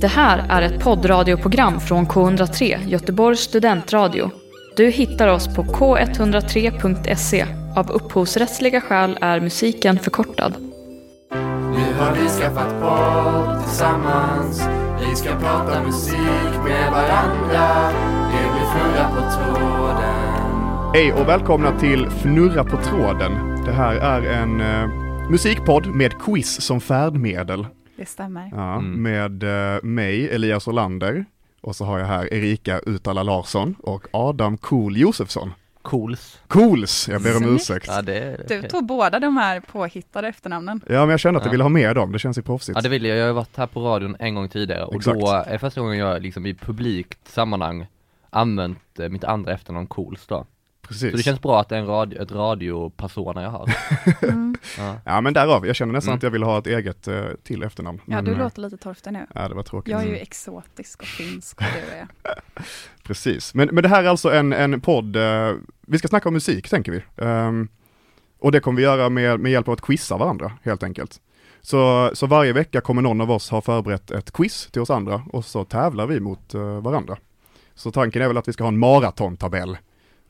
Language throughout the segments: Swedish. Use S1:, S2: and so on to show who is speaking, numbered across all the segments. S1: Det här är ett poddradioprogram från K103, Göteborgs studentradio. Du hittar oss på k103.se. Av upphovsrättsliga skäl är musiken förkortad.
S2: Nu har vi skaffat podd tillsammans Vi ska prata musik med varandra Det blir fnurra på tråden
S3: Hej och välkomna till Fnurra på tråden. Det här är en eh, musikpodd med quiz som färdmedel.
S4: Det stämmer.
S3: Ja,
S5: Mm.
S3: Med eh, mig, Elias Olander, och så har jag här Erika Utala Larsson och Adam Cool Josefsson.
S5: Cools.
S3: Cools, jag ber om
S4: Snyggt.
S3: ursäkt.
S5: Ja det är
S4: Du tog båda de här påhittade efternamnen.
S3: Ja, men jag kände att jag
S5: Ja.
S3: ville ha med dem, det känns ju proffsigt.
S5: Ja det vill jag, jag har ju varit här på radion en gång tidigare och då
S3: Exakt.
S5: är första gången jag liksom i publikt sammanhang använt eh, mitt andra efternamn Cools då.
S3: Precis.
S5: Så det känns bra att det är en radio, ett radiopersona jag har. ja.
S3: Ja, men därav, jag känner nästan
S5: Mm.
S3: att jag vill ha ett eget eh, till efternamn.
S4: Ja,
S3: men,
S4: du
S3: eh,
S4: låter lite torftig nu.
S3: Ja, det var tråkigt.
S4: Jag är ju exotisk och finsk och du är.
S3: Precis, men, men det här är alltså en, en podd, eh, vi ska snacka om musik tänker vi. Ehm, och det kommer vi göra med, med hjälp av att quizza varandra helt enkelt. Så, så varje vecka kommer någon av oss ha förberett ett quiz till oss andra och så tävlar vi mot eh, varandra. Så tanken är väl att vi ska ha en maratontabell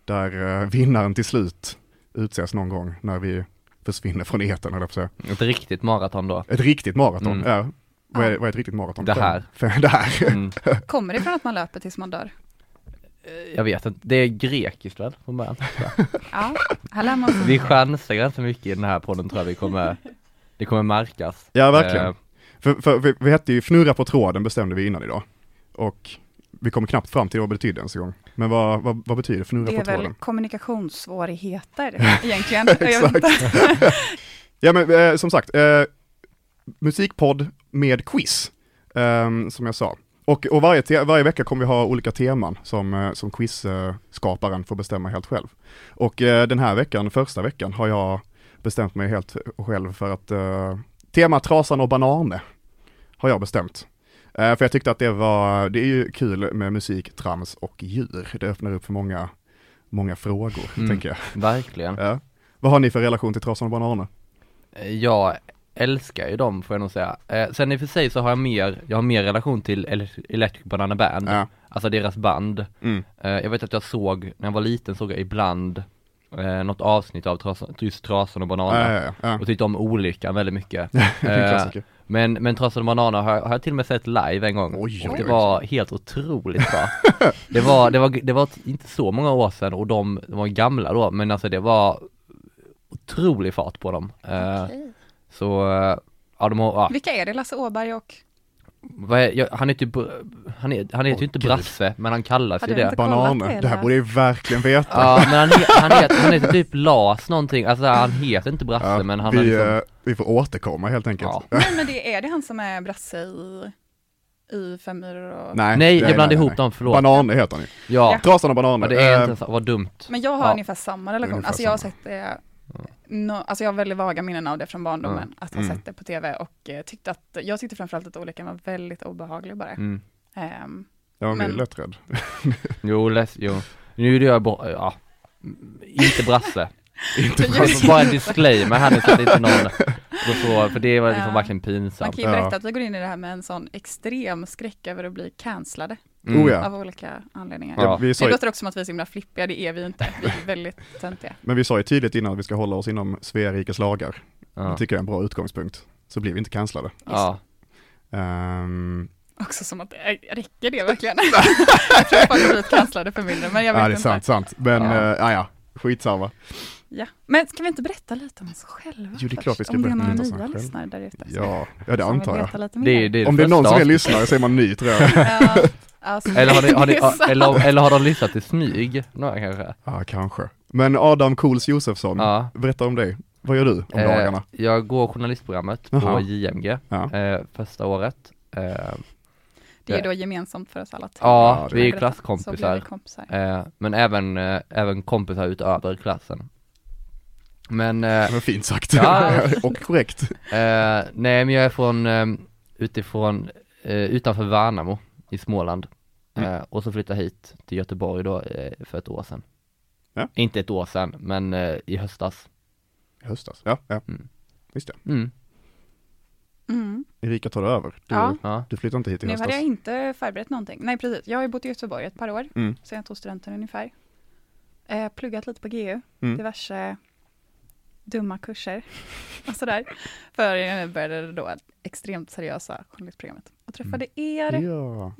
S3: där eh, vinnaren till slut utses någon gång när vi försvinner från etern, höll jag på att säga.
S5: Ett riktigt maraton då.
S3: Ett riktigt maraton,
S5: Mm.
S3: ja. Vad är, vad är ett riktigt maraton?
S5: Det
S3: Fem-
S5: här.
S3: Fem, det här.
S5: Mm.
S4: Kommer det från att man löper tills man dör?
S5: Jag vet inte, det är grekiskt väl från början?
S4: Ja, här lär man sig.
S5: Vi chansar ganska mycket i den här podden tror jag vi kommer, det kommer märkas.
S3: Ja, verkligen.
S5: Eh,
S3: För, för vi, vi hette ju Fnurra på tråden bestämde vi innan idag. Och vi kom knappt fram till vad det betydde ens en gång. Men vad, vad, vad betyder Fnurra
S4: Det
S3: på
S4: är väl
S3: tråden?
S4: kommunikationssvårigheter egentligen. Jag vet inte.
S3: Ja men eh, som sagt, eh, musikpodd med quiz, ehm, som jag sa. Och, och varje, te- varje vecka kommer vi ha olika teman som, eh, som quizskaparen får bestämma helt själv. Och eh, den här veckan, första veckan, har jag bestämt mig helt själv för att eh, tema trasan och banane har jag bestämt. Eh, för jag tyckte att det var, det är ju kul med musik, trams och djur. Det öppnar upp för många, många frågor,
S5: Mm.
S3: tänker jag.
S5: Verkligen.
S3: Ja. Vad har ni för relation till trasan och bananer?
S5: Eh, Jag älskar ju dem får jag nog säga. Eh, sen i och för sig så har jag mer, jag har mer relation till Ele- Electric Banana Band,
S3: Ja.
S5: alltså deras band.
S3: Mm.
S5: Eh, jag vet att jag såg, när jag var liten såg jag ibland eh, något avsnitt av Trasan, just Trasan och Bananen.
S3: Ja, ja, ja.
S5: Och tyckte om olyckan väldigt mycket. Eh,
S3: Det är en klassiker.
S5: Men, men Trasan och Bananen har, jag- har jag till och med sett live en gång.
S3: Oj,
S5: och
S3: oj,
S5: det
S3: oj.
S5: var helt otroligt bra. det, var, det, var, det var inte så många år sedan och de, de var gamla då, men alltså det var otrolig fart på dem. Eh, Så, eh, ja de har, ja,
S4: Vilka är det? Lasse Åberg och
S5: vad är, jag, han är typ, han är, han heter
S3: Åh,
S5: ju inte
S3: gud.
S5: Brasse, men han kallas
S4: Hade
S5: ju
S4: du
S5: det.
S4: inte- kollat
S3: Bananer,
S4: det,
S3: det här
S4: eller?
S3: borde jag ju verkligen veta.
S5: Ja men han, he- han, heter, han heter typ Lars någonting, alltså han heter inte Brasse
S3: Ja,
S5: men han
S3: vi,
S5: har liksom,
S3: eh, vi får återkomma helt enkelt.
S5: ja.
S4: Nej, men det är det han som är brasse i, i Fem myror och...
S5: Nej jag blandade ihop dem, förlåt.
S3: Bananer heter han ju.
S5: Ja,
S3: Trasan och
S5: ja
S3: bananer.
S5: det är
S3: Eh,
S5: inte så, vad dumt.
S4: Men jag har
S5: Ja.
S4: ungefär samma relation.
S3: Ungefär
S4: alltså jag har sett det, no, alltså jag har väldigt vaga minnen av det från barndomen,
S5: Mm.
S4: att ha
S3: Mm.
S4: sett det på tv och eh, tyckte att, jag tyckte framförallt att olyckan var väldigt obehaglig bara.
S5: Mm.
S4: Ehm,
S3: jag var
S4: men-
S3: lätt rädd.
S5: Jo, läs, jo. Nu gjorde jag bort, ja. Inte Brasse.
S3: inte liksom.
S4: Jo,
S3: Brasse.
S5: Alltså, bara en disclaimer här nu så att inte någon går så, för det var liksom
S4: Ja.
S5: verkligen
S4: man
S5: pinsamt.
S4: kan ju
S3: Ja.
S4: berätta att vi går in i det här med en sån extrem skräck över att bli cancellade
S5: Mm.
S3: Oh, ja.
S4: av olika anledningar.
S3: Ja, vi sa
S4: Det
S3: ju,
S4: låter också som att vi är så himla flippiga, det är vi ju inte. Vi är väldigt töntiga.
S3: men vi sa ju tydligt innan att vi ska hålla oss inom Svea rikes lagar.
S5: Ja.
S3: Det tycker jag är en bra utgångspunkt. Så blir vi inte cancellade.
S5: Ja.
S3: Ehm,
S4: Också som att, äh, räcker det verkligen? jag tror folk har blivit cancellade för mindre, men jag vet
S3: ja, det är
S4: inte.
S3: sant, sant. Men, eh,
S5: Ja.
S3: ja, ja, ja skitsamma.
S4: Ja. Men ska vi inte berätta lite om oss själva?
S3: Jo, det är
S4: först?
S3: klart vi ska
S4: Om det är
S3: berätta
S4: några
S3: lite om oss
S4: nya
S3: själva.
S4: lyssnare där ute.
S3: Ja, ja det
S4: som vill
S3: antar jag.
S4: veta lite
S5: Det, är-
S4: mer.
S5: det är det
S3: Om det är någon
S5: första
S3: som är
S5: avsnittet.
S3: lyssnare så är man ny tror jag.
S4: Ja, alltså,
S5: Eller har ni, har
S4: det är sant.
S5: ni, eller, eller har de lyssnat i smyg? Några kanske?
S3: Ja, kanske. Men Adam Cools Josefsson,
S5: Ja.
S3: berätta om dig. Vad gör du om
S5: Eh,
S3: dagarna?
S5: jag går journalistprogrammet
S3: Jaha.
S5: på JMG,
S3: Ja.
S5: eh, första året. Eh,
S4: Det är ju då gemensamt för oss alla tre.
S5: ja,
S3: det
S5: vi är
S4: Så blir
S5: klasskompisar.
S4: vi kompisar.
S5: Eh, men även, eh, även kompisar utöver klassen. Men eh,
S3: Men fint sagt.
S5: Ja.
S3: Och korrekt.
S5: Eh, nej men jag är från, eh, utifrån, eh, utanför Värnamo i Småland. Eh, och så flyttade jag hit till Göteborg då eh, för ett år sedan.
S3: Ja.
S5: Inte ett år sedan, men eh, i höstas.
S3: I höstas. Ja, ja.
S5: Mm.
S3: Just det.
S5: Mm.
S4: Mm.
S3: Erika tar över. Du,
S4: Ja.
S5: Ja.
S3: du flyttar inte hit i
S4: Nu
S3: höstas.
S4: hade jag inte förberett någonting. Nej, precis. Jag har ju bott i Göteborg ett par år,
S3: Mm.
S4: sen jag tog studenten ungefär. Eh, pluggat lite på GU,
S3: Mm.
S4: diverse dumma kurser och sådär. För jag började då extremt seriösa journalistprogrammet och träffade
S3: Mm.
S4: er.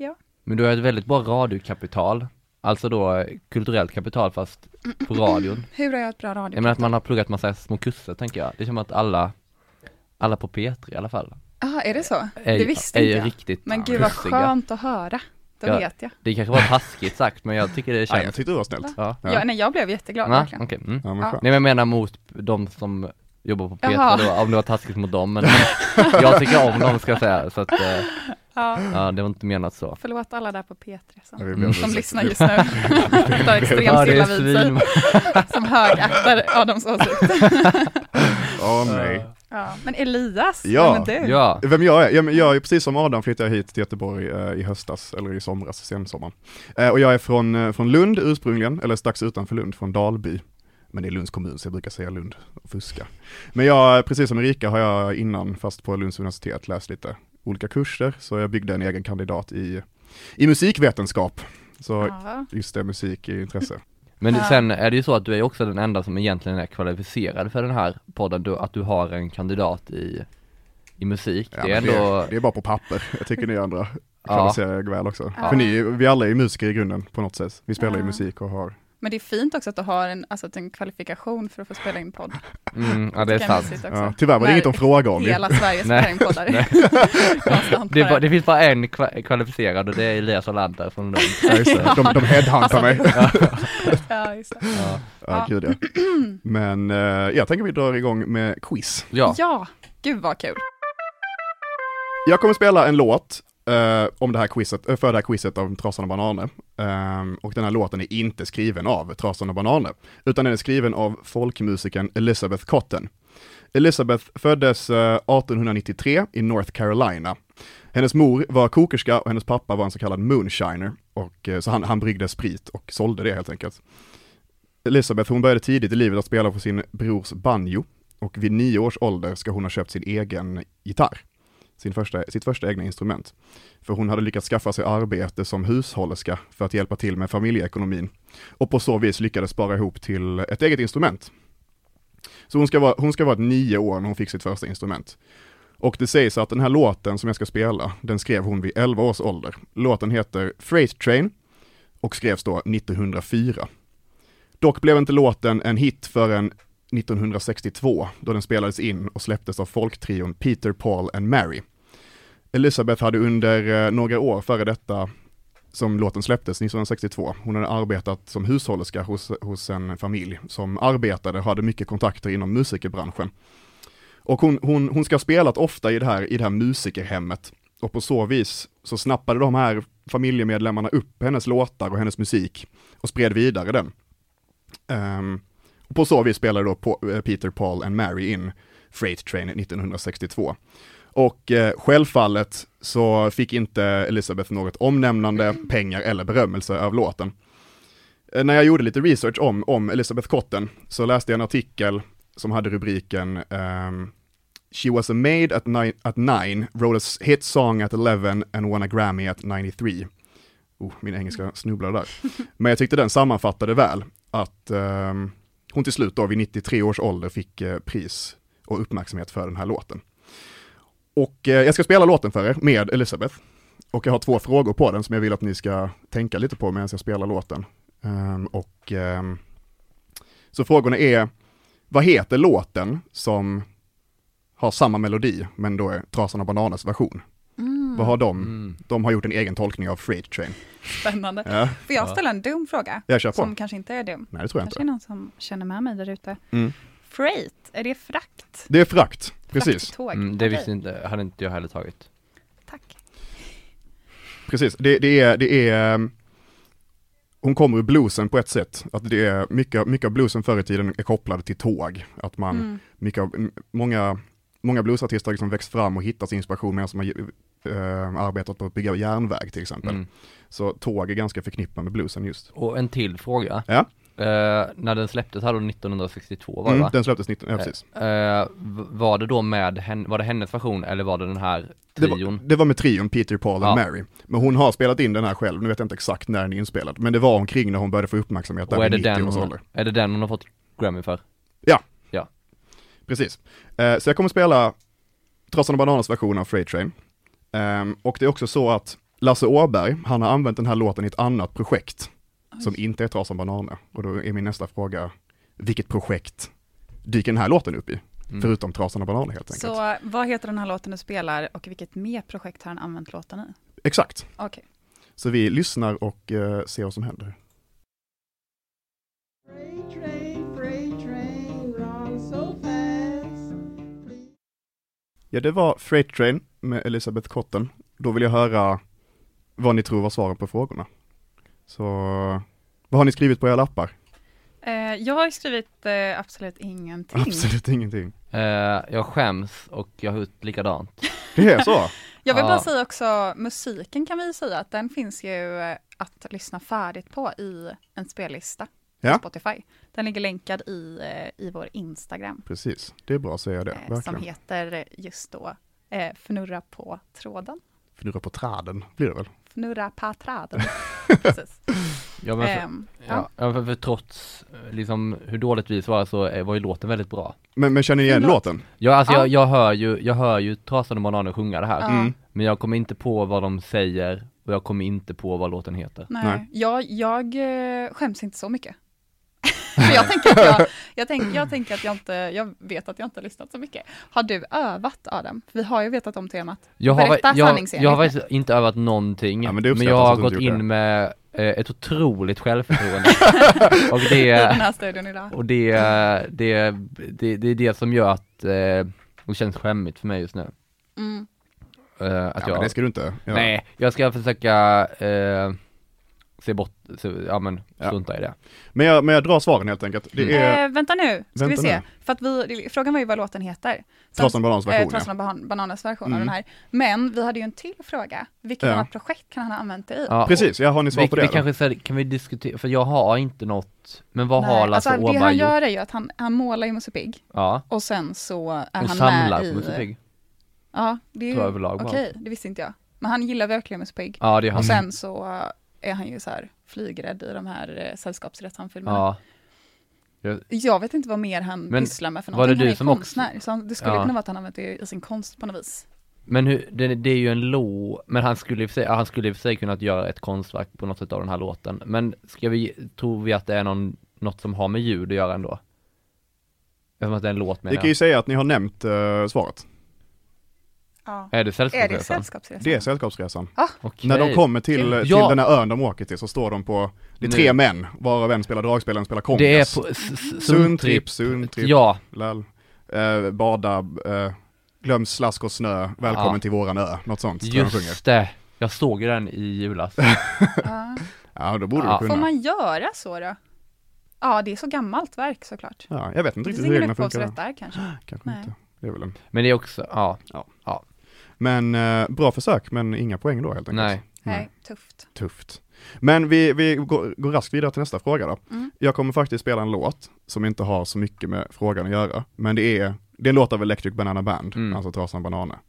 S3: Ja.
S5: Men du har ett väldigt bra radiokapital, alltså då eh, kulturellt kapital fast på radion.
S4: Hur har jag ett bra radio?
S5: Jag menar att man har pluggat massa små kurser tänker jag. Det är som att alla, alla på P3 i alla fall,
S4: Aha, är det så?
S5: är,
S4: det visste inte
S5: är
S4: jag.
S5: riktigt
S4: Men gud vad
S5: kursiga.
S4: skönt att höra. Då
S5: Ja.
S4: vet jag.
S5: Det kanske var taskigt sagt men jag tycker det
S3: Nej, jag
S5: känns.
S3: tyckte du var snällt.
S5: Ja.
S3: Ja.
S4: Ja, nej, jag blev jätteglad
S5: Ja,
S4: verkligen.
S5: okej. Mm.
S3: Ja, men
S4: Ja.
S3: skönt.
S5: Nej men jag menar mot de som jobbar på P3
S4: Jaha.
S5: då, om det var taskigt mot dem men jag tycker om dem ska jag säga så att, eh,
S4: Ja.
S5: ja det var inte menat så.
S4: Förlåt alla där på P3 som,
S3: Ja, vi
S5: Mm.
S3: blev
S4: som
S3: så-
S4: lyssnar just nu. Tar
S5: Ja,
S4: extremt
S5: det
S4: illa vid
S5: är
S4: sig.
S5: svin.
S4: Som högaktar Adams åsikt.
S3: Ja, nej.
S4: Ja, men Elias,
S3: Ja.
S4: vem är du?
S5: Ja,
S3: Vem jag är? Ja, men Jag är precis som Adam flyttade jag hit till Göteborg eh, i höstas, eller i somras, sensommaren. Eh, och jag är från, eh, från Lund ursprungligen, eller strax utanför Lund, från Dalby. Men det är Lunds kommun så jag brukar säga Lund och fuska. Men jag, precis som Erika har jag innan, fast på Lunds universitet, läst lite olika kurser. Så jag byggde en egen kandidat i, i musikvetenskap. Så
S4: Ja.
S3: just det, musik är intresse.
S5: men
S4: Ja.
S5: sen är det ju så att du är också den enda som egentligen är kvalificerad för den här podden, du, att du har en kandidat i, i musik.
S3: Ja,
S5: det är
S3: men
S5: ändå,
S3: det, det är bara på papper. Jag tycker ni andra
S5: Ja.
S3: kvalificerar er väl också.
S4: Ja.
S3: För ni, vi alla är ju musiker i grunden på något sätt. Vi spelar ju
S4: Ja.
S3: musik och har
S4: Men det är fint också att du har en, alltså, att en kvalifikation för att få spela in podd.
S5: mm, ja det är
S4: kan
S5: sant.
S4: mysigt också.
S3: Ja, tyvärr var det
S4: När
S3: inget de frågade om ju.
S4: Hela Sverige
S5: Nej.
S4: spelar in poddar. Konstant
S5: Det, är
S4: bara.
S5: bara, det finns bara en kva- kvalificerad och det är Elias Olander från Lund.
S3: Ja, just det. De, de headhuntar mig.
S4: Alltså. Ja, just det.
S5: Ja,
S3: Ja, gud ja. Men eh, jag tänker vi drar igång med quiz.
S5: ja.
S4: ja, gud vad kul.
S3: Jag kommer spela en låt eh, om det här quizet, eh, för det här quizet av Trasan och Banane. Ehm, och den här låten är inte skriven av Trasan och Banane, utan den är skriven av folkmusikern Elizabeth Cotton. Elizabeth föddes eh, 1893 i North Carolina. Hennes mor var kokerska och hennes pappa var en så kallad moonshiner. Och, eh, så han, han bryggde sprit och sålde det helt enkelt. Elizabeth hon började tidigt i livet att spela på sin brors banjo och vid nio års ålder ska hon ha köpt sin egen gitarr sin första, sitt första egna instrument. För hon hade lyckats skaffa sig arbete som hushållerska för att hjälpa till med familjeekonomin och på så vis lyckades spara ihop till ett eget instrument. Så hon ska vara, hon ska vara nio år när hon fick sitt första instrument. Och det sägs att den här låten som jag ska spela, den skrev hon vid 11 års ålder. Låten heter Freight Train och skrevs då 1904. Dock blev inte låten en hit förrän 1962 då den spelades in och släpptes av folktrion Peter, Paul and Mary. Elizabeth hade under eh, några år före detta som låten släpptes 1962, hon hade arbetat som hushållerska hos, hos en familj som arbetade och hade mycket kontakter inom musikerbranschen. Och hon, hon, hon ska ha spelat ofta i det, här, i det här musikerhemmet och på så vis så snappade de här familjemedlemmarna upp hennes låtar och hennes musik och spred vidare den. Ehm, och på så vis spelade då Po- eh, Peter, Paul and Mary in Freight Train 1962. Och eh, självfallet så fick inte Elizabeth något omnämnande, pengar eller berömmelse av låten. Eh, när jag gjorde lite research om, om Elizabeth Cotton så läste jag en artikel som hade rubriken ehm, She was a maid at, ni- at nine, wrote a s- hit song at eleven and won a Grammy at 93. Oh, min engelska snubblade där. Men jag tyckte den sammanfattade väl att ehm, hon till slut då vid 93 års ålder fick eh, pris och uppmärksamhet för den här låten. Och eh, jag ska spela låten för er med Elisabeth. Och jag har två frågor på den som jag vill att ni ska tänka lite på medan jag spelar låten. Ehm, och ehm, så frågorna är, vad heter låten som har samma melodi men då är Trasan och Bananas version? Vad har de?
S5: Mm.
S3: De har gjort en egen tolkning av Freight Train.
S4: Spännande.
S3: Ja,
S4: Får jag ställa en dum fråga?
S3: jag kör på.
S4: Som kanske inte är dum.
S3: Nej, det tror jag
S4: kanske är
S3: inte.
S4: någon som känner med mig där ute.
S3: Mm.
S4: Freight, är det frakt?
S3: Det är frakt, precis.
S4: Frakttåg.
S5: Mm, det
S4: Okej,
S5: visste inte, hade inte jag heller tagit.
S4: Tack.
S3: Precis, det, det är, det är, ehm, hon kommer ur bluesen på ett sätt, att det är mycket, mycket av bluesen förr i tiden är kopplad till tåg, att man,
S4: Mm.
S3: mycket av, m- många, många bluesartister har liksom växt fram och hittat sin inspiration medan de har ju, ehm, arbetat på att bygga järnväg till exempel.
S5: Mm.
S3: Så tåg är ganska förknippat med bluesen just.
S5: Och en till fråga.
S3: Ja.
S5: eh, när den släpptes här då 1962 var det
S3: Mm,
S5: va?
S3: den släpptes 19, ja, precis.
S5: Eh, v- var det då med henne, var det hennes version eller var det den här
S3: Det var,
S5: trion?
S3: det var med trion Peter, Paul and
S5: Ja.
S3: Mary. Men hon har spelat in den här själv, nu vet jag inte exakt när den är inspelad. Men det var omkring när hon började få uppmärksamhet, där
S5: och är det,
S3: vid 90
S5: den
S3: års
S5: hon,
S3: ålder.
S5: är det den hon har fått Grammy för?
S3: Precis. Eh, så jag kommer spela Trassan och Bananas version av Freight Train. Ehm, och det är också så att Lasse Åberg, han har använt den här låten i ett annat projekt som inte är Trassan och Bananer. Och då är min nästa fråga, vilket projekt dyker den här låten upp i?
S5: Mm.
S3: Förutom Trassan och Bananer helt enkelt.
S4: Så vad heter den här låten du spelar och vilket mer projekt har han använt låten i?
S3: Exakt.
S4: Okej.
S3: Så vi lyssnar och eh, ser vad som händer.
S6: Freight train, freight train, run so fast.
S3: Ja, det var Freight Train med Elisabeth Cotten. Då vill jag höra vad ni tror var svaren på frågorna. Så vad har ni skrivit på era lappar?
S4: Eh, jag har skrivit eh, absolut ingenting.
S3: Absolut ingenting.
S5: Eh, jag skäms och jag har gjort likadant.
S3: Det är så?
S4: Jag vill
S5: Ja.
S4: bara säga också, musiken kan vi ju säga att den finns ju eh, att lyssna färdigt på i en spellista
S3: Ja.
S4: på Spotify. Den ligger länkad i, eh, i vår Instagram
S3: Precis, det är bra att säga det,
S4: eh, som
S3: verkligen.
S4: heter just då eh, Fnurra på tråden.
S3: Fnurra på träden blir det väl?
S4: Fnurra på tråden. Precis.
S5: Ja, men för,
S4: Ehm,
S5: ja, ja, för, för trots eh, liksom hur dåligt vi svarade så eh, var ju låten väldigt bra.
S3: Men, men känner ni igen
S4: Förlåt.
S3: låten?
S5: Ja alltså
S4: Ja.
S5: Jag, jag hör ju, jag hör ju Trasan och Bananen sjunga det här.
S4: Ja.
S3: Mm.
S5: Men jag kommer inte på vad de säger och jag kommer inte på vad låten heter.
S4: Nej,
S3: Nej.
S4: Jag, jag eh, skäms inte så mycket. För jag, tänker att jag, jag, tänk, jag tänker att jag inte, jag vet att jag inte har lyssnat så mycket. Har du övat Adam? För Vi har ju vetat om temat.
S5: Jag har,
S4: Berätta
S5: va- jag,
S4: sanningsenligt
S5: jag har
S4: nu.
S5: faktiskt inte övat någonting,
S3: Ja, men
S5: men,
S3: det
S5: jag
S3: uppskattas
S5: har
S3: att du inte
S5: gått
S3: gjort
S5: in
S3: det.
S5: med eh, ett otroligt självförtroende. och
S4: i den
S5: det,
S4: här studion idag.
S5: och det, det, det, det är det som gör att eh, det känns skämmigt för mig just nu.
S4: Mm.
S5: Eh, att
S3: Ja,
S5: jag,
S3: men det ska du inte. Ja.
S5: Nej, jag ska försöka eh, se bort, se, ja men
S3: Ja.
S5: strunta i det.
S3: Men, jag, men jag drar svaren helt enkelt. Det är
S4: Eh, vänta nu, ska vi
S3: vänta
S4: se.
S3: nu.
S4: För att vi, frågan var ju vad låten heter. Så
S3: Trassan och Banans
S4: att, eh,
S3: version. ja.
S4: Trassan och Ban- Bananas version av
S3: Mm.
S4: den här. Men vi hade ju en till fråga. Vilket
S3: Ja.
S4: annat projekt kan han ha använt det i?
S5: Ja, och-
S3: Precis, ja, har ni svar
S5: Vi,
S3: på det?
S5: vi
S3: då?
S5: kanske så här, kan vi diskutera, för jag har inte något, men vad
S4: Nej,
S5: har Lasse
S4: alltså,
S5: Åberg
S4: det han
S5: gjort?
S4: gör är ju att han, han målar ju Musse Pigg
S5: Ja,
S4: och sen så är
S5: och
S4: han
S5: samlar
S4: med i...
S5: på Musse Pigg.
S4: Ja, det är
S5: Tror jag
S4: ju,
S5: överlag
S4: okej,
S5: bara.
S4: det visste inte jag. Men han gillar verkligen Musse Pigg.
S5: Ja det gör han.
S4: Och sen så eh, är han ju så här flygrädd i de här eh, sällskapsresan-filmerna.
S5: ja.
S4: Jag vet inte vad mer han
S5: Men
S4: pysslar med för
S5: var
S4: någonting.
S5: det du
S4: han är
S5: som
S4: konstnär, så han, det skulle
S5: Ja.
S4: kunna vara att han använt det i sin konst på något vis.
S5: Men hur, det, det är ju en lå, men han skulle i och för sig, ja, han skulle i och för sig kunnat göra ett konstverk på något sätt av den här låten. Men ska vi, tror vi att det är någon, något som har med ljud att göra ändå? Eftersom att det är en låt
S3: Vi
S5: menar
S3: kan ju
S5: jag.
S3: säga att ni har nämnt eh, svaret.
S5: Är det
S4: Är det
S5: Sällskapsresan?
S4: Sällskapsresan?
S3: Det är Sällskapsresan.
S5: Okej.
S3: När de kommer till, till
S5: Ja.
S3: den här ön de åker till så står de på, det är tre
S5: Nu.
S3: män, varav en spelar dragspel, en spelar kongas.
S5: Det är på, s- s- Sundtripp.
S3: Sundtripp, Sundtripp,
S5: Ja,
S3: lall, eh, bada, eh, glöm slask och snö, välkommen
S5: Ja.
S3: till våran ö, något sånt. tror jag de sjunger.
S5: just det. Jag såg ju den i julas.
S4: Ja.
S3: Ja, då borde
S5: Ja.
S3: du
S4: Får
S3: kunna.
S4: man göra så då? Ja, det är så gammalt verk såklart.
S3: Ja, jag vet inte
S4: Det finns
S3: riktigt hur
S4: ingen
S3: reglerna funkar.
S4: upphovsrätt
S3: där.
S4: där kanske.
S3: Kanske
S4: Nej.
S3: inte. Det är väl en.
S5: Men det är också, ja,
S3: Men eh, bra försök, men inga poäng då helt enkelt.
S5: nej.
S4: Nej, tufft.
S3: Tufft. Men vi, vi går, går raskt vidare till nästa fråga då.
S4: Mm.
S3: Jag kommer faktiskt spela en låt som inte har så mycket med frågan att göra, men det är, det är en låt av Electric Banana Band,
S5: Mm.
S3: alltså Trasan Banana.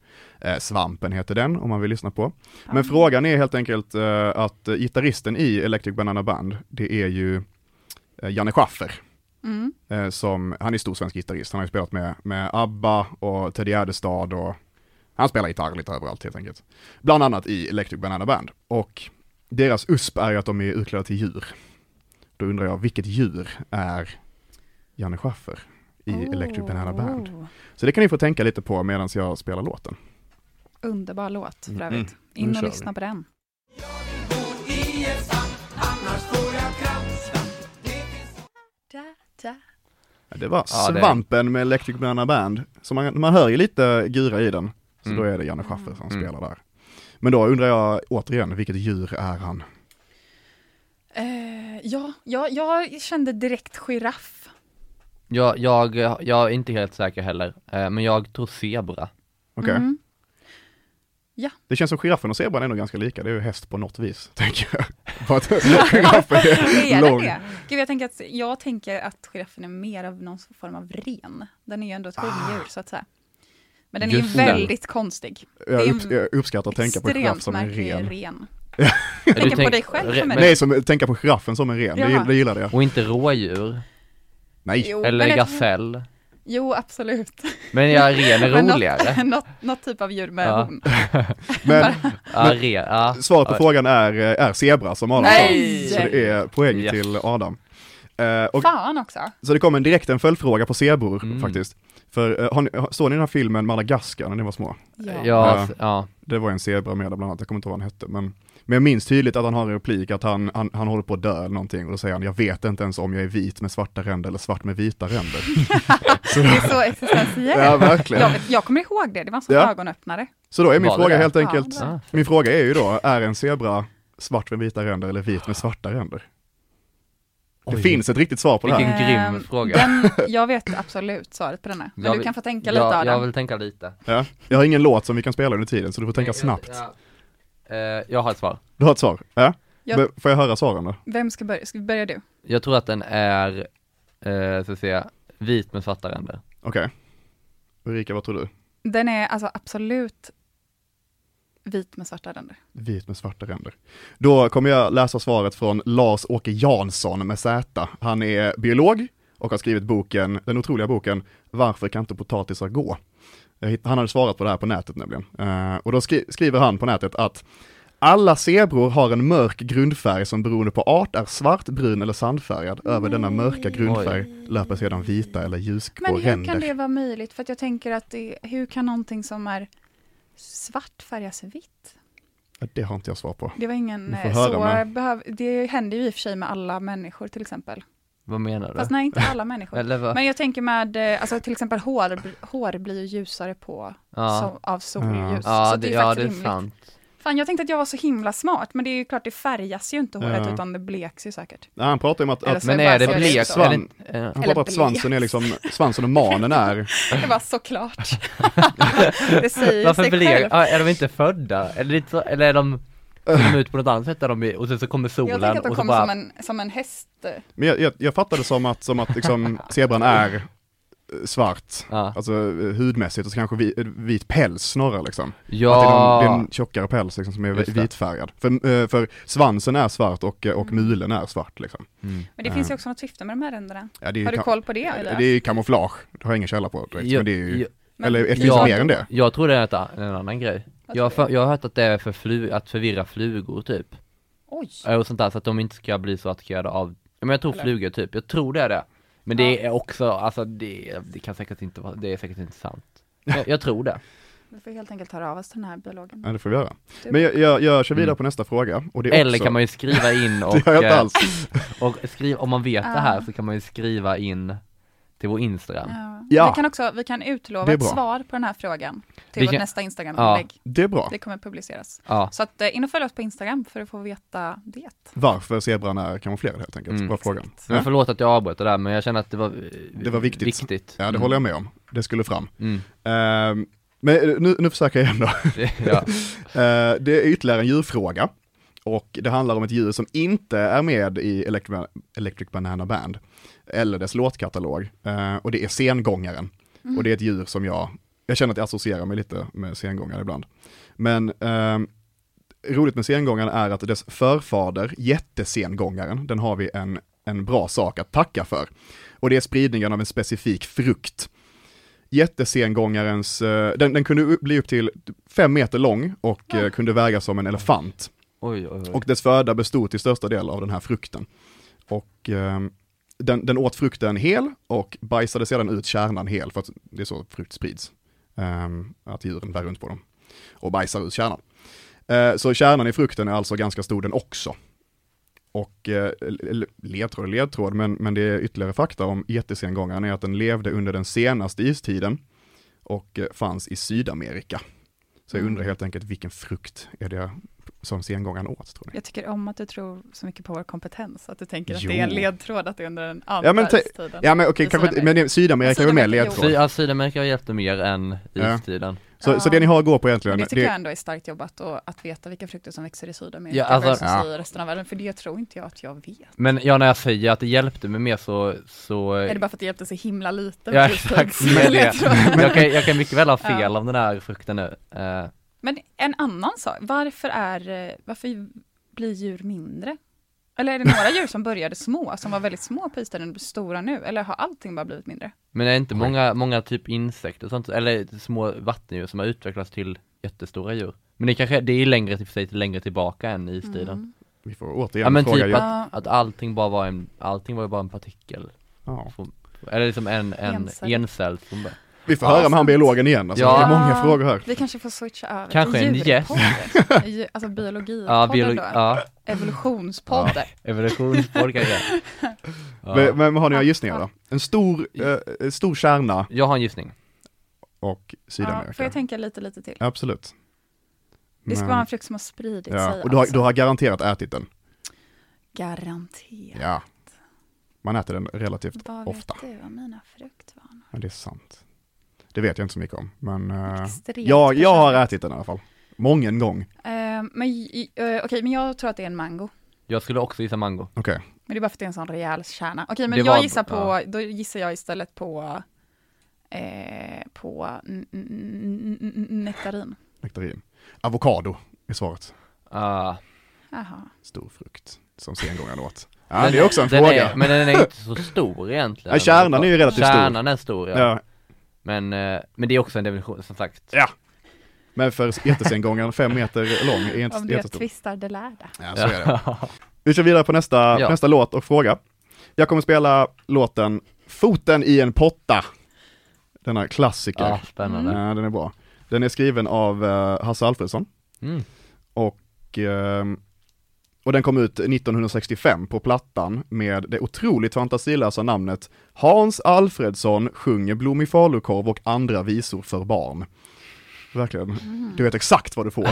S3: Eh, Svampen heter den om man vill lyssna på.
S4: Ja.
S3: Men frågan är helt enkelt eh, att eh, gitarristen i Electric Banana Band, det är ju eh, Janne Schaffer.
S4: Mm.
S3: Eh, som, han är stor svensk gitarrist, han har ju spelat med, med ABBA och Teddy Gärdestad och han spelar gitarr lite överallt helt enkelt. Bland annat i Electric Banana Band. Och deras USP är ju att de är utklädda till djur. Då undrar jag, vilket djur är Janne Schaffer i Electric Banana Band?
S4: Oh,
S3: Så det kan ni få tänka lite på medan jag spelar låten.
S4: Underbar låt för
S3: Mm.
S4: övrigt.
S3: Nu
S4: In
S3: kör
S4: och
S3: vi.
S4: lyssna på den. Da, da.
S3: Ja, Det var
S5: Ja, det-
S3: Svampen med Electric Banana Band. Så man, man hör ju lite gura i den. Så
S5: Mm.
S3: då är det Janne Schaffer som
S5: Mm.
S3: spelar där. Men då undrar jag återigen, vilket djur är han?
S4: Eh, ja, ja, jag kände direkt giraff.
S5: Jag, jag, jag är inte helt säker heller, eh, men jag tror zebra.
S3: Okej.
S4: Mm. Ja.
S3: Det känns som giraffen och zebran är nog ganska lika, det är ju häst på något vis, tänker jag. För att giraffen
S4: Det
S3: är
S4: är
S3: lång.
S4: det det? Gud, jag, tänker att, jag tänker att giraffen är mer av någon form av ren. Den är ju ändå
S3: Ah.
S4: ett rovdjur så att säga. Men den är ju
S5: Just det.
S4: väldigt konstig.
S3: Jag,
S4: är
S3: upp, jag uppskattar att tänka på en giraff
S4: Extremt
S3: som en
S4: märklig
S3: ren.
S4: ren.
S5: Du
S4: Tänka på
S5: tänk-
S4: dig själv
S5: re-
S4: som en
S5: men-
S3: Nej, som, tänka på giraffen som en ren, det,
S4: Jaha.
S3: gill- det gillade jag.
S5: Och inte rådjur,
S3: Nej,
S5: eller
S4: men ett-
S5: gasell
S4: Jo, absolut.
S5: Men ja, ren är
S4: Men något-
S5: roligare
S4: Något, något typ av djur med
S5: Ja.
S4: horn.
S3: men
S5: ja, re, ja.
S3: svaret på frågan är, eh, är zebra som Adam
S4: Nej!
S3: sa. Så det är poäng
S5: Yes.
S3: till Adam. Eh, och,
S4: Fan också.
S3: så det kom en direkt en följdfråga på zebror
S5: Mm.
S3: faktiskt. För eh, har ni, har- såg ni den här filmen Madagaskar när ni var små?
S5: Ja,
S3: Ja.
S5: ja, ja,
S3: Det var en zebra med där bland annat, jag kommer inte ihåg vad han hette, men, men jag minns tydligt att han har en replik att han, han, han håller på att dö eller någonting och då säger han jag vet inte ens om jag är vit med svarta ränder eller svart med vita ränder.
S4: Det är så existentiellt.
S3: ja, verkligen.
S4: Jag, vet, jag kommer ihåg det, det var en sån
S3: Ja.
S4: ögonöppnare.
S3: Så då är min
S5: Var det
S3: fråga
S5: det?
S3: helt enkelt,
S4: Ja, det var
S5: det.
S3: min fråga är ju då, är en zebra svart med vita ränder eller vit med svarta ränder? Det
S5: Oj.
S3: finns ett riktigt svar på det här.
S5: Vilken grym
S4: Ehm,
S5: fråga.
S4: Den, jag vet absolut svaret på den här. Men
S5: Jag
S4: du
S5: vill-
S4: kan få tänka lite
S5: jag,
S4: Adam.
S5: jag vill tänka lite
S3: Ja. Jag har ingen låt som vi kan spela under tiden, så du får tänka
S5: Jag-
S3: snabbt.
S5: ja. Eh, Jag har ett svar
S3: Du har ett svar? Ja?
S4: Jag-
S3: Men Får jag höra svaren då?
S4: Vem ska börja? Ska vi börja du?
S5: Jag tror att den är, eh, så att säga, vit med svarta ränder
S3: Okej. Ulrika, vad tror du?
S4: Den är alltså absolut vit med svarta ränder.
S3: Vit med svarta ränder. Då kommer jag läsa svaret från Lars-Åke Jansson med Z. Han är biolog och har skrivit boken, den otroliga boken Varför kan inte potatisar gå? Jag hitt- Han hade svarat på det här på nätet nämligen. Eh, och då skri- skriver han på nätet att alla zebror har en mörk grundfärg som beroende på art är svart, brun eller sandfärgad. Över denna mörka grundfärg löper sedan vita eller
S4: Men
S3: ljusgrå
S4: hur kan det
S3: ränder.
S4: vara möjligt? För att jag tänker att det, hur kan någonting som är svart färgas vitt?
S3: Ja, Det har inte jag svar på.
S4: Det var ingen,
S3: Vi får
S4: eh,
S3: höra
S4: så
S3: med.
S4: behöv, det händer ju i och för sig med alla människor till exempel.
S5: Vad menar du?
S4: Fast nej, inte alla människor.
S5: Eller vad?
S4: Men jag tänker med, eh, alltså till exempel hår, hår blir ju ljusare på,
S5: Ja.
S4: som, av
S3: Mm.
S4: solljus.
S5: Ja,
S4: så
S5: det,
S4: det är
S5: ja,
S4: faktiskt
S5: det är
S4: rimligt.
S5: sant.
S4: Fan, jag tänkte att jag var så himla smart, men det är ju klart det färgas ju inte håret,
S3: Ja.
S4: utan det bleks ju säkert.
S3: Nej, Han pratar om att,
S4: Eller
S3: att
S4: så
S5: Men
S4: jag bara
S5: är det
S4: ser
S5: blek?
S3: svan-
S5: Är det,
S3: han
S5: eh,
S4: eller
S3: pratar om att
S4: blek.
S3: svansen är liksom, svansen och manen är
S4: Det var såklart. det säger
S5: varför
S4: sig
S5: blek?
S4: själv.
S5: Ah, är de inte födda? Eller, lite så- eller är de, ser de ut på något annat sätt där de är, och sen så kommer
S4: Jag tänker att
S5: solen
S4: de
S5: och så
S4: kom
S5: bara,
S4: som, en, som en häst.
S3: Men jag, jag, jag fattade som att, som att liksom, zebran är eh, svart,
S5: Ja.
S3: alltså eh, hudmässigt, och så kanske vi, eh, vit päls snarare liksom. Att det, är en, det är
S5: ja,
S3: en tjockare päls liksom, som är
S5: Just det.
S3: vitfärgad. För, eh, för svansen är svart och, eh,
S4: Mm.
S3: och mulen är svart liksom.
S5: Mm.
S4: Men det finns ju också något syfte med de här ränderna.
S3: Ja, det är ju
S4: Har du
S3: ka-
S4: koll på det? Eller?
S3: Det är ju kamouflage, det har jag ingen källa på direkt, men det är ju,
S5: jag,
S4: Men-
S3: eller det finns
S5: Ja.
S3: mer än det.
S5: jag tror det är ett a- en annan grej.
S4: Vad
S5: Jag, har
S4: tror
S5: för, jag har hört att det är för flu, att förvirra flugor typ,
S4: Oj.
S5: Eh, och sånt där, så att de inte ska bli så attackerade av, ja, men jag tror
S4: Eller?
S5: flugor typ, jag tror det är det. Men det är också, alltså det, det kan säkert inte vara, det är säkert inte sant. Jag, jag tror det.
S4: Vi får helt enkelt höra av oss till den här biologen.
S3: Ja, det får vi göra.
S4: Du-
S3: Men jag, jag, jag kör vidare
S5: Mm.
S3: på nästa fråga, och det är
S5: Eller
S3: också,
S5: kan man ju skriva in och,
S3: det gör jag inte
S5: eh,
S3: alls.
S5: och skriva, om man vet det här
S4: Ah.
S5: så kan man ju skriva in till vår Instagram.
S4: Ja.
S3: Ja.
S4: Vi kan också, vi kan utlova
S3: Det är
S4: ett
S3: bra.
S4: svar på den här frågan till
S5: Vi
S4: vårt
S5: kan-
S4: nästa Instagram-inlägg.
S3: Det är bra.
S4: Det kommer publiceras.
S5: Ja,
S4: Så att eh, in och följ oss på Instagram för att få veta det.
S3: Varför zebran är kamouflerad helt enkelt,
S5: Mm.
S3: var frågan.
S5: men
S3: Ja,
S5: förlåt att jag avbröt det där men jag känner att det var, eh,
S3: Det var viktigt.
S5: viktigt.
S3: ja det håller jag med om, det skulle fram.
S5: Mm.
S3: Ehm, men eh, nu, nu försöker jag igen då.
S5: Ja.
S3: Eh, det är ytterligare en djurfråga. Och det handlar om ett djur som inte är med i Electric, Ba- Electric Banana Band, eller dess låtkatalog. Eh, och det är sengångaren. Och det är ett djur som jag, jag känner att jag associerar mig lite med sengångare ibland. Men ehm, roligt med sengångaren är att dess förfader, jättesengångaren, den har vi en, en bra sak att tacka för. Och det är spridningen av en specifik frukt jättesengångarens, eh, den, den kunde upp- bli upp till fem meter lång och eh, kunde väga som en elefant.
S5: Oj, oj, oj.
S3: Och dess föda bestod till största del av den här frukten. Och ehm, den, den åt frukten hel och bajsade sedan ut kärnan hel, för att det är så frukt sprids. Ehm, att djuren bär runt på dem och bajsar ut kärnan. Eh, så kärnan i frukten är alltså ganska stor den också. Och eh, l- ledtråd och ledtråd, men, men det är ytterligare fakta om jättesengångaren är att den levde under den senaste istiden och eh, fanns i Sydamerika. Så jag undrar helt enkelt vilken frukt är det som sengångaren åt tror ni?
S4: Jag tycker om att du tror så mycket på vår kompetens, att du tänker att
S3: Jo.
S4: det är en ledtråd att det är under den
S3: Ja men, te-
S4: anfallstiden.
S3: ja, men okej,
S4: I
S3: kanske,
S4: Sydamerika.
S3: men det- Sydamerika är väl med
S4: Sydamerika, jo.
S3: ledtråd?
S5: Sy- ja, Sydamerika hjälpte mer än
S3: Ja.
S5: istiden.
S3: Så,
S4: Ja.
S3: så det ni har att gå på
S4: Men
S3: egentligen,
S4: det
S3: det,
S4: tycker jag ändå är starkt jobbat och att veta vilka frukter som växer i Sydamerika
S5: Ja, alltså-
S4: versus
S3: Ja.
S4: i resten av världen, för det tror inte jag att jag vet.
S5: Men ja, när jag säger att det hjälpte mig mer så, så
S4: Är det bara för att det hjälpte så himla lite?
S5: Ja
S4: vid just
S5: exakt,
S4: tidspunkt?
S5: det är
S4: Jag tror-
S5: det. Jag kan, jag kan mycket väl ha fel
S4: Ja.
S5: om den här frukten nu. Eh,
S4: Men en annan sak, varför, är, eh, varför blir djur mindre? Eller är det några djur som började små, som var väldigt små på istället och blir stora nu? Eller har allting bara blivit mindre?
S5: men är det inte många, många typ insekter och sånt, eller små vattendjur som har utvecklats till jättestora djur? Men det kanske, det är längre till, för sig, längre tillbaka än istiden.
S4: Mm.
S3: vi får återigen
S5: Ja men
S3: fråga
S5: typ
S3: ju.
S4: Ja.
S5: att, att allting bara var en, allting var ju bara en partikel.
S3: Ja.
S5: Från- Eller liksom en, en
S4: Encell.
S5: encell som bara,
S3: Vi får höra med han biologen igen, alltså,
S5: Ja.
S3: det är många frågor här.
S4: Vi kanske får switcha över
S5: Kanske en
S4: djurpodd. Djur- Alltså biologipodden
S5: ja, biologi,
S4: då,
S5: ja,
S4: evolutionspodden.
S5: evolutionspodd kanske. Ja.
S3: Men, men har ni några gissningar då? En stor, eh, en stor kärna
S5: Jag har en gissning.
S3: och
S4: Ja, får
S3: Sydamerika.
S4: jag tänka lite, lite till?
S3: Absolut.
S4: Det ska
S3: Men-
S4: vara en frukt som har spridit sig.
S3: ja. Och du har,
S4: alltså.
S3: du har garanterat ätit den.
S4: Garanterat.
S3: Ja. Man äter den relativt
S4: Vad vet
S3: ofta.
S4: du om mina fruktvanor?
S3: Men det är sant. Det vet jag inte så mycket om, men eh,
S4: Extremt
S3: jag, jag har
S4: personligt.
S3: ätit den i alla fall. Mången gång.
S4: Eh, men, i- eh, okej, men jag tror att det är en mango.
S5: Jag skulle också gissa mango.
S3: Okej,
S4: Men det är bara för att det är en sån rejäl kärna. Okej, men
S5: Det
S4: jag
S5: var-
S4: gissar på,
S5: ja.
S4: då gissar jag istället på, eh, på n- n- n- n- nektarin.
S3: nektarin. Avokado är svaret.
S5: Ah.
S4: Jaha.
S3: Stor frukt, som sengångaren åt. Ja, det är också en
S5: den
S3: fråga.
S5: Är, men den är inte så stor egentligen.
S3: Ja, kärnan är ju relativt stor.
S5: Kärnan är stor ja.
S3: Ja,
S5: Men, eh, men det är också en definition som sagt.
S3: ja. Men för jättesengångaren, fem meter lång, är
S4: Om
S3: inte
S4: det
S3: jättestor.
S4: tvistar det lärda.
S3: Ja, så är det. Vi kör vidare på nästa,
S5: Ja.
S3: nästa låt och fråga. Jag kommer spela låten Foten i en potta. Denna klassiker.
S5: Ja, Ah, spännande.
S4: Mm.
S3: Ja, den är bra. Den är skriven av eh, Hasse Alfredson
S5: Mm.
S3: och, ehm, och den kom ut 1965 på plattan med det otroligt fantasilösa namnet Hans Alfredsson sjunger Blommig falukorv och andra visor för barn. Verkligen, du vet exakt vad du får.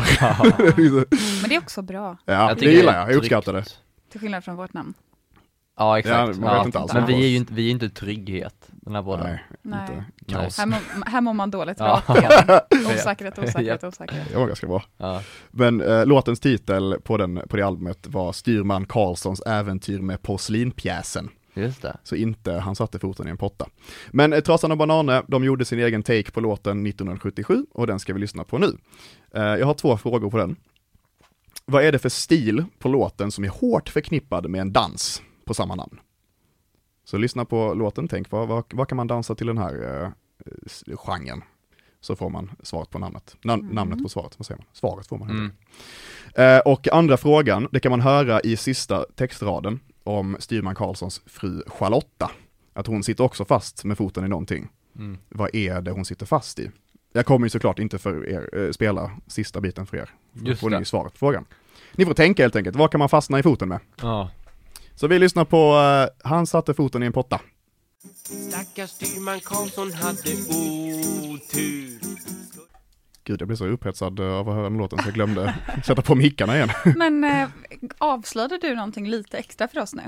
S4: Men det är också bra,
S3: ja, det
S5: tycker
S3: gillar
S5: är
S3: jag, jag uppskattar det.
S5: tryggt.
S4: till skillnad från vårt namn.
S5: Ja exakt.
S3: Ja, man vet
S5: Ja,
S3: inte alls
S5: men
S3: vad
S5: vi
S3: det
S5: är
S3: är.
S5: ju inte, vi är inte trygghet, den här båda.
S3: Nej,
S4: Nej.
S3: inte. Kaos.
S4: Här, mår- här mår man dåligt
S5: Ja.
S4: rakt igenom. Osäkerhet, osäkerhet, osäkerhet.
S3: Det var ganska bra.
S5: Ja.
S3: Men eh, låtens titel på, den, på det albumet var Styrman Karlssons äventyr med porslinpjäsen.
S5: Just det.
S3: Så inte han satte foten i en potta. Men eh, Trasan och Banane, de gjorde sin egen take på låten 1977 och den ska vi lyssna på nu. Eh, jag har två frågor på den. Vad är det för stil på låten som är hårt förknippad med en dans på samma namn? Så lyssna på låten, tänk vad, vad, vad kan man dansa till den här eh, s- genren? Så får man svaret på namnet. Na- Namnet på svaret, vad säger man? Svaret får man. helt
S5: Mm.
S3: Eh, och andra frågan, det kan man höra i sista textraden om styrman Karlssons fru Charlotta. Att hon sitter också fast med foten i någonting.
S5: Mm.
S3: Vad är det hon sitter fast i? Jag kommer ju såklart inte för er, eh, spela sista biten för er. Då
S5: Just
S3: får ni
S5: det.
S3: svaret på frågan. Ni får tänka helt enkelt, vad kan man fastna i foten med?
S5: Ja.
S3: Så vi lyssnar på eh, Han satte foten i en potta.
S7: Stackars styrman Karlsson hade otur.
S3: Gud, jag blir så upphetsad eh, av att höra den låten så jag glömde sätta på mickarna igen.
S4: Men eh, avslöjade du någonting lite extra för oss nu?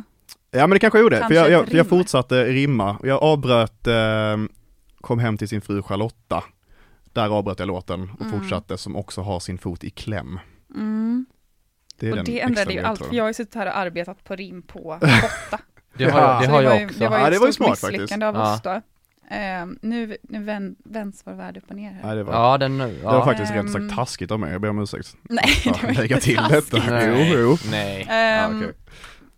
S3: Ja men det kanske jag gjorde,
S4: Kanske
S3: för jag,
S4: ett
S3: jag, jag
S4: rim.
S3: fortsatte rimma. Jag avbröt, eh, kom hem till sin fru Charlotta. Där avbröt jag låten och
S4: Mm.
S3: fortsatte som också har sin fot i kläm. Det är
S4: Och
S3: den
S4: det
S3: extra
S4: ändrade ju allt, för
S3: ledtråden.
S4: jag har ju suttit här och arbetat på rim på åtta.
S5: Det har, jag, det
S4: Så
S5: har
S4: var
S5: jag
S4: ju,
S5: också.
S4: Det var ju
S3: Ja,
S4: ett
S3: det var ju
S4: stort
S3: smart faktiskt.
S4: misslyckande av
S5: Ja.
S4: oss då. Ehm, nu nu vän, vänds vår värld upp och ner här.
S3: Nej det var,
S5: Ja den, ja.
S3: det var faktiskt
S4: Ehm.
S3: rent sagt taskigt av mig, jag ber om ursäkt.
S4: Nej,
S3: Ja,
S4: det var
S3: lägga
S4: inte
S3: till
S4: taskigt.
S3: detta.
S5: Nej.
S3: Jo, jo.
S5: Nej.
S4: Ehm,
S3: Ja, okej.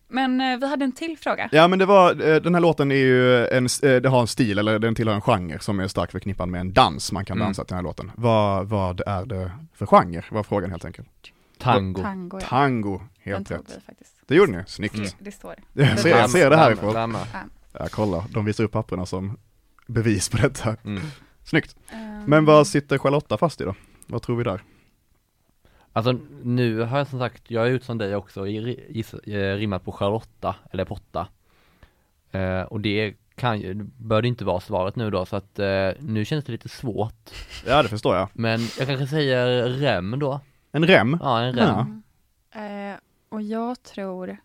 S4: Men eh, vi hade en till fråga.
S3: Ja men det var, eh, den här låten är ju en, s- eh, det har en stil, eller den tillhör en genre som är starkt förknippad med en dans man kan
S5: Mm.
S3: dansa till den här låten. Vad, vad är det för genre? Var frågan helt enkelt.
S5: Tango.
S4: Tango, ja.
S3: Tango, Mm.
S4: Den
S3: helt
S4: tog
S3: rätt.
S4: vi faktiskt.
S3: Det gjorde ni, snyggt.
S4: Det står.
S3: Jag ser, jag ser det härifrån.
S5: Samma, samma.
S3: Ja, kolla, de visar upp papperna som bevis på detta.
S5: Mm.
S3: Snyggt.
S4: Ehm,
S3: Men vad sitter Charlotta fast i då? Vad tror vi där?
S5: Alltså nu har jag som sagt, jag är ut som dig också, i- giss- eh, rimmat på Charlotta, eller Potta. Eh, och det kan ju, bör det inte vara svaret nu då, så att eh, nu känns det lite svårt.
S3: Ja, det förstår jag.
S5: Men jag kanske säger rem då.
S3: En rem?
S5: Ja, en rem.
S3: Ja.
S4: eh, och jag tror...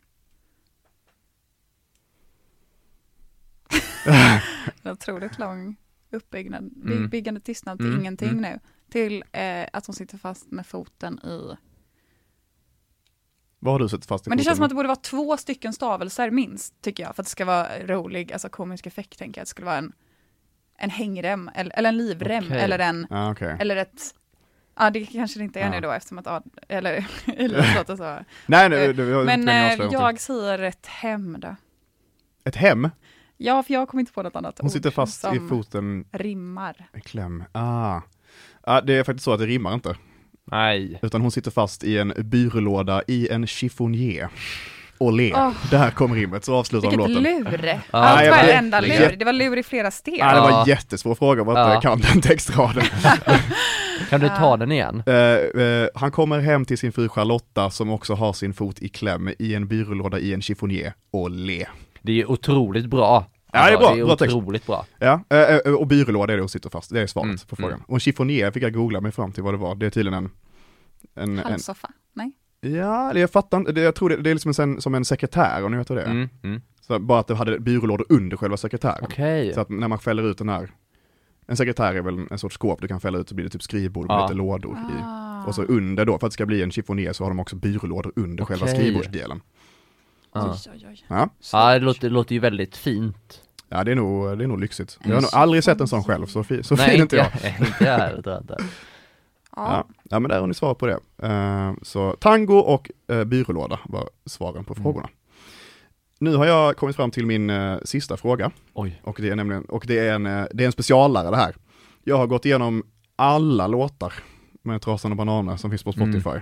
S4: en otroligt lång uppbyggnad, by-
S5: Mm.
S4: byggande tystnad till
S5: Mm.
S4: ingenting
S5: Mm.
S4: nu. till eh, att hon sitter fast med foten i...
S3: Vad har du sett fast i
S4: Men det
S3: foten?
S4: känns som att det borde vara två stycken stavelser minst, tycker jag, för att det ska vara rolig, alltså komisk effekt, tänker jag. Att det skulle vara en, en hängrem, eller, eller en livrem,
S5: Okej.
S4: eller en...
S3: Ja, okej.
S4: Eller ett... Ja, det kanske det inte är
S3: Ja.
S4: nu då, eftersom att... Ad, eller, eller låter så.
S3: Nej, nej, det var
S4: Men
S3: inte meningen att
S4: eh,
S3: avslöja någonting.
S4: jag säger ett hem då.
S3: Ett hem?
S4: Ja, för jag kommer inte på något annat
S3: Hon sitter
S4: ord
S3: fast
S4: som
S3: i foten,
S4: rimmar.
S3: i kläm. Ah. Ah, det är faktiskt så att det rimmar inte.
S5: Nej.
S3: Utan hon sitter fast i en byrålåda i en chiffonier. Olé.
S4: Åh.
S3: Där kom rimmet, så avslutar hon
S4: Vilket
S3: låten.
S4: lur!
S5: Ja,
S4: Allt
S3: jag
S4: var
S3: vet.
S4: enda lur. Det var lur i flera steg.
S3: Ah, det var
S5: Ja.
S3: en jättesvår fråga om att
S5: Ja.
S3: jag kan den textraden.
S5: Kan du ta den igen?
S3: Eh, eh, han kommer hem till sin fru Charlotta som också har sin fot i kläm i en byrålåda i en chiffonier. Olé.
S5: Det är otroligt bra. Alltså,
S3: Ja, det är bra.
S5: Det är
S3: Bra text.
S5: otroligt bra.
S3: Ja, eh, eh, och byrålåda är det hon sitter fast, det är svaret
S5: Mm,
S3: på frågan. Och en chiffonier fick jag googla mig fram till vad det var, det är tydligen en... en, en
S4: Halvsoffa? Nej.
S3: ja, det jag fattar inte, det, jag tror det, det är liksom en, sen- som en sekretär, och ni vet vad det är.
S5: Mm, mm.
S3: Så bara att det hade byrålådor under själva sekretären.
S5: Okej.
S3: Så att när man fäller ut den här, en sekretär är väl en sorts skåp du kan fälla ut så blir det typ skrivbord med
S5: Ja.
S3: lite lådor i.
S4: Ah.
S3: Och så under då, för att det ska bli en chiffonier så har de också byrålådor under själva
S5: Okej.
S3: skrivbordsdelen.
S5: Ja.
S4: Oj, oj, oj.
S3: Ja.
S5: Ja, det låter, det låter ju väldigt fint.
S3: Ja det är nog, det är nog lyxigt. Jag har
S5: Mm.
S3: nog aldrig sett en sån själv, så, fi, så fin är inte jag.
S5: inte jag heller, tror jag inte.
S4: Ja.
S3: Ja. ja men där har ni svar på det. Eh, så tango och uh, byrålåda var svaren på frågorna. Nu har jag kommit fram till min eh, sista fråga.
S5: Oj.
S3: Och det är nämligen, och det är en, eh, det är en specialare det här. Jag har gått igenom alla låtar med Trasan och Bananer som finns på
S5: Mm.
S3: Spotify.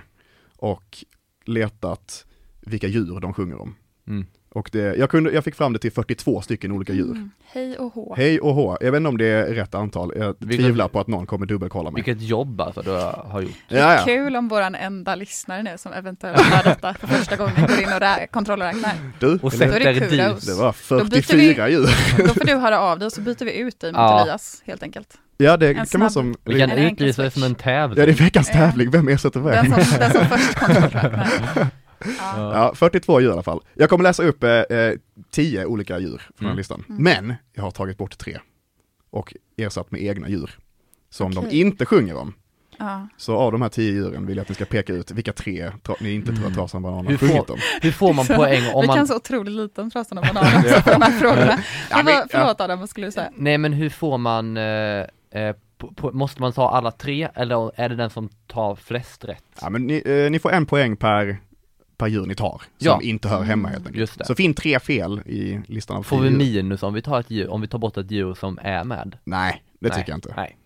S3: Och letat vilka djur de sjunger om.
S5: Mm.
S3: Och det, jag, kunde, jag fick fram det till 42 stycken olika djur.
S4: Mm. Hej och hå.
S3: Hej och hå, jag vet inte om det är rätt antal, jag
S5: Vilket-
S3: tvivlar på att någon kommer dubbelkolla mig.
S5: Vilket jobb alltså du har gjort.
S3: Ja, ja.
S4: Kul om våran enda lyssnare nu som eventuellt hör detta för första gången går in och rä- kontrollräknar.
S3: Du,
S5: Och
S3: eller-
S4: Då är det
S5: sätter
S4: kudos.
S5: dit.
S3: det var
S4: Då byter
S3: 44 djur.
S4: Då får du höra av dig och så byter vi ut dig mot
S5: Ja.
S4: Elias helt enkelt.
S3: Ja det
S4: En
S3: kan man
S4: snabb-
S3: som,
S5: Vi kan
S4: Är det en
S5: utlysa det
S4: enkel
S5: som en tävling.
S3: ja det är veckans tävling, vem ersätter vem?
S4: Den som, den som först kontrollräknar.
S3: Ja, 42 djur i alla fall. Jag kommer läsa upp eh, eh, 10 olika djur från
S5: Mm.
S3: den här listan. Men jag har tagit bort tre och ersatt med egna djur som de
S4: Okej.
S3: inte sjunger om.
S4: Ja.
S3: Så av de här 10 djuren vill jag att ni ska peka ut vilka tre tra- ni inte tror att Trasan Banan har
S5: Mm. Hur får-
S3: sjungit om.
S5: Hur får man poäng om
S4: vi
S5: man...
S4: kan så otroligt lite om Trasan och bananen också på de här frågorna.
S3: Ja,
S4: Men
S3: men-
S4: vad, förlåt Adam, vad skulle du säga?
S5: Nej men hur får man... Eh, eh, po- po- måste man ta alla tre eller är det den som tar flest rätt?
S3: Ja, men ni, eh, ni får en poäng per, per djur ni tar, som
S5: Ja.
S3: inte hör hemma helt enkelt.
S5: Just det.
S3: Så finn tre fel i listan av
S5: Får
S3: 10
S5: vi
S3: djur.
S5: minus om vi tar ett djur, om vi tar bort ett djur som är med?
S3: Nej, det
S5: Nej,
S3: tycker jag inte.
S5: Nej.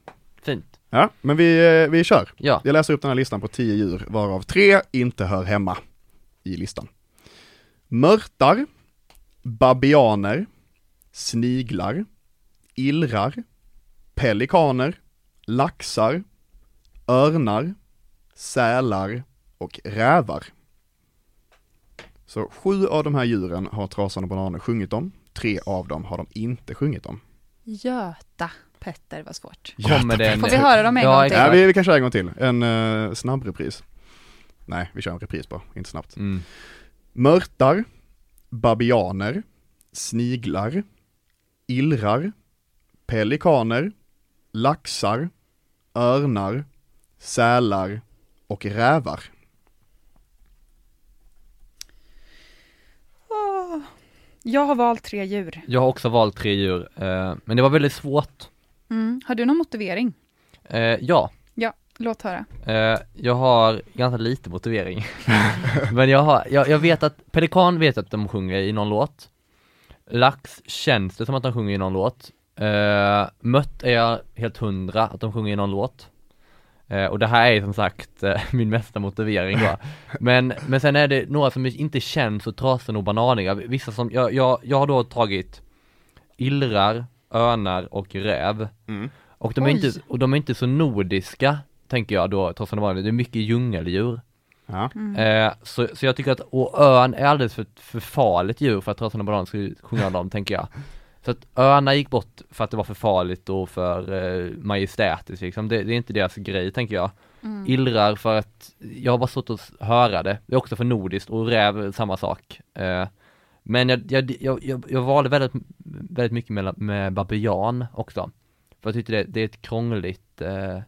S5: Fint.
S3: Ja, men vi, eh, vi kör.
S5: Ja.
S3: Jag läser upp den här listan på 10 djur, varav tre inte hör hemma i listan. Mörtar, babianer, sniglar, illrar, pelikaner, laxar, örnar, sälar och rävar. Så sju av de här djuren har Trasan och Bananen sjungit om, tre av dem har de inte sjungit om.
S4: Göta Petter, vad svårt.
S5: Kommer det en...
S4: Får vi höra dem en
S5: Ja,
S4: gång
S5: exakt.
S4: till?
S3: Ja, vi, vi kan köra en gång till. En eh, snabb repris. Nej, vi kör en repris bara, inte snabbt.
S5: Mm.
S3: Mörtar, babianer, sniglar, illrar, pelikaner, laxar, örnar, sälar och rävar.
S4: Åh. Jag har valt tre djur.
S5: Jag har också valt tre djur, eh, men det var väldigt svårt.
S4: Mm. Har du någon motivering?
S5: Eh, ja,
S4: Ja, låt höra.
S5: eh, jag har ganska lite motivering. men jag, har, jag, jag vet att Pelikan vet jag att de sjunger i någon låt. Lax känns det som att de sjunger i någon låt. Eh, mött är jag helt hundra att de sjunger i någon låt. Eh, och det här är som sagt eh, min mesta motivering då. Men, men sen är det några som inte känns så trasen och bananiga. Vissa som, jag, jag, jag har då tagit illrar, örnar och räv. Och de, är
S4: Oj.
S5: inte, och de är inte så nordiska, tänker jag då, trots att de var- det är mycket djungeldjur.
S3: Ja.
S4: Mm.
S5: Eh, så, så jag tycker att, och örn är alldeles för, för farligt djur för att Trasan och Bananen skulle sjunga om dem, tänker jag. Så att örnar gick bort för att det var för farligt och för eh, majestätiskt liksom. det, det är inte deras grej, tänker jag.
S4: Mm.
S5: Illrar för att, jag har bara stått och s- höra det, det är också för nordiskt och räv samma sak. Eh, men jag, jag, jag, jag, jag valde väldigt, väldigt mycket med, med babian också. För jag tyckte det, det är ett krångligt eh,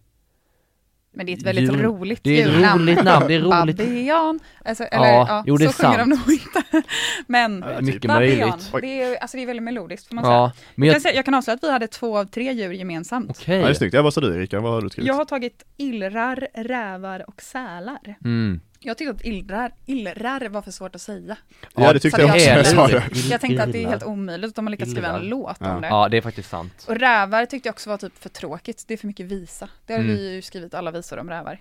S4: Men det är ett väldigt
S5: Jul-
S4: roligt
S5: Det är ett
S4: julnamn.
S5: roligt namn, det är roligt.
S4: Babian, alltså, eller ja,
S5: Ja, jo, det är
S4: så sjunger de
S5: sant.
S4: nog inte. Men
S5: Ja, Mycket
S4: babian,
S5: möjligt.
S4: det är, alltså det är väldigt melodiskt får man säga.
S5: Ja, men
S4: Jag
S5: jag,
S4: kan, säga, jag kan avslöja att vi hade två av tre djur gemensamt.
S5: okej.
S3: Ja, det är snyggt. Ja, vad sa du Erika? Vad har du skrivit?
S4: Jag har tagit illrar, rävar och sälar.
S5: Mm.
S4: Jag tyckte att illrar, illrar var för svårt att säga.
S3: Ja, det tyckte
S4: Så
S3: jag också
S4: det
S3: när jag
S4: är-
S3: sa det.
S4: Jag tänkte att det är helt omöjligt att de har lyckats skriva en
S5: Illrar.
S4: låt
S3: Ja.
S4: om det.
S5: Ja, det är faktiskt sant.
S4: Och rävar tyckte jag också var typ för tråkigt, det är för mycket visa. Det har
S5: Mm.
S4: vi ju skrivit alla visor om rävar.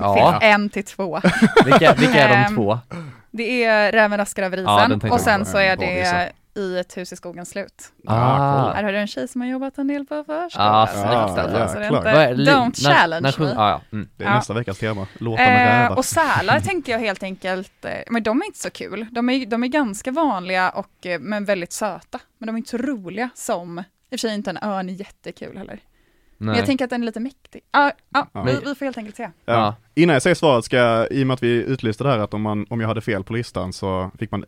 S5: Ja,
S4: Finns En till två.
S5: vilka, vilka är
S4: Ehm,
S5: de två?
S4: Det är Räven raskar över
S5: Ja, den
S4: isen
S5: tänkte
S4: och
S5: jag Mm,
S4: sen
S3: på.
S4: så är
S3: Bra
S4: det
S3: visa.
S4: i ett hus i skogen slut.
S5: Ah,
S4: Här har du en tjej som har jobbat en del på förskola.
S5: Ah,
S4: så
S5: ja,
S4: det är inte-
S3: ja,
S4: så det är
S3: klart.
S4: inte-
S5: Vad är- li-
S4: Alltså, Don't
S5: när-
S4: challenge
S5: när sjung-
S4: me.
S5: ah, ja. mm.
S3: Det är
S4: Ja.
S3: nästa veckas tema. Låta med
S4: Eh,
S3: rävar.
S4: och sälar tänker jag helt enkelt, eh, men de är inte så kul. De är, de är ganska vanliga och, eh, men väldigt söta. Men de är inte så roliga som, i och för sig är inte en örn jättekul heller. Men jag
S5: Nej.
S4: tänker att den är lite mäktig. Ah, ah,
S3: Ja.
S4: vi, vi får helt enkelt se.
S3: Ja. Innan jag säger svaret ska jag, i och med att vi utlyste det här att om, man, om jag hade fel på listan så fick man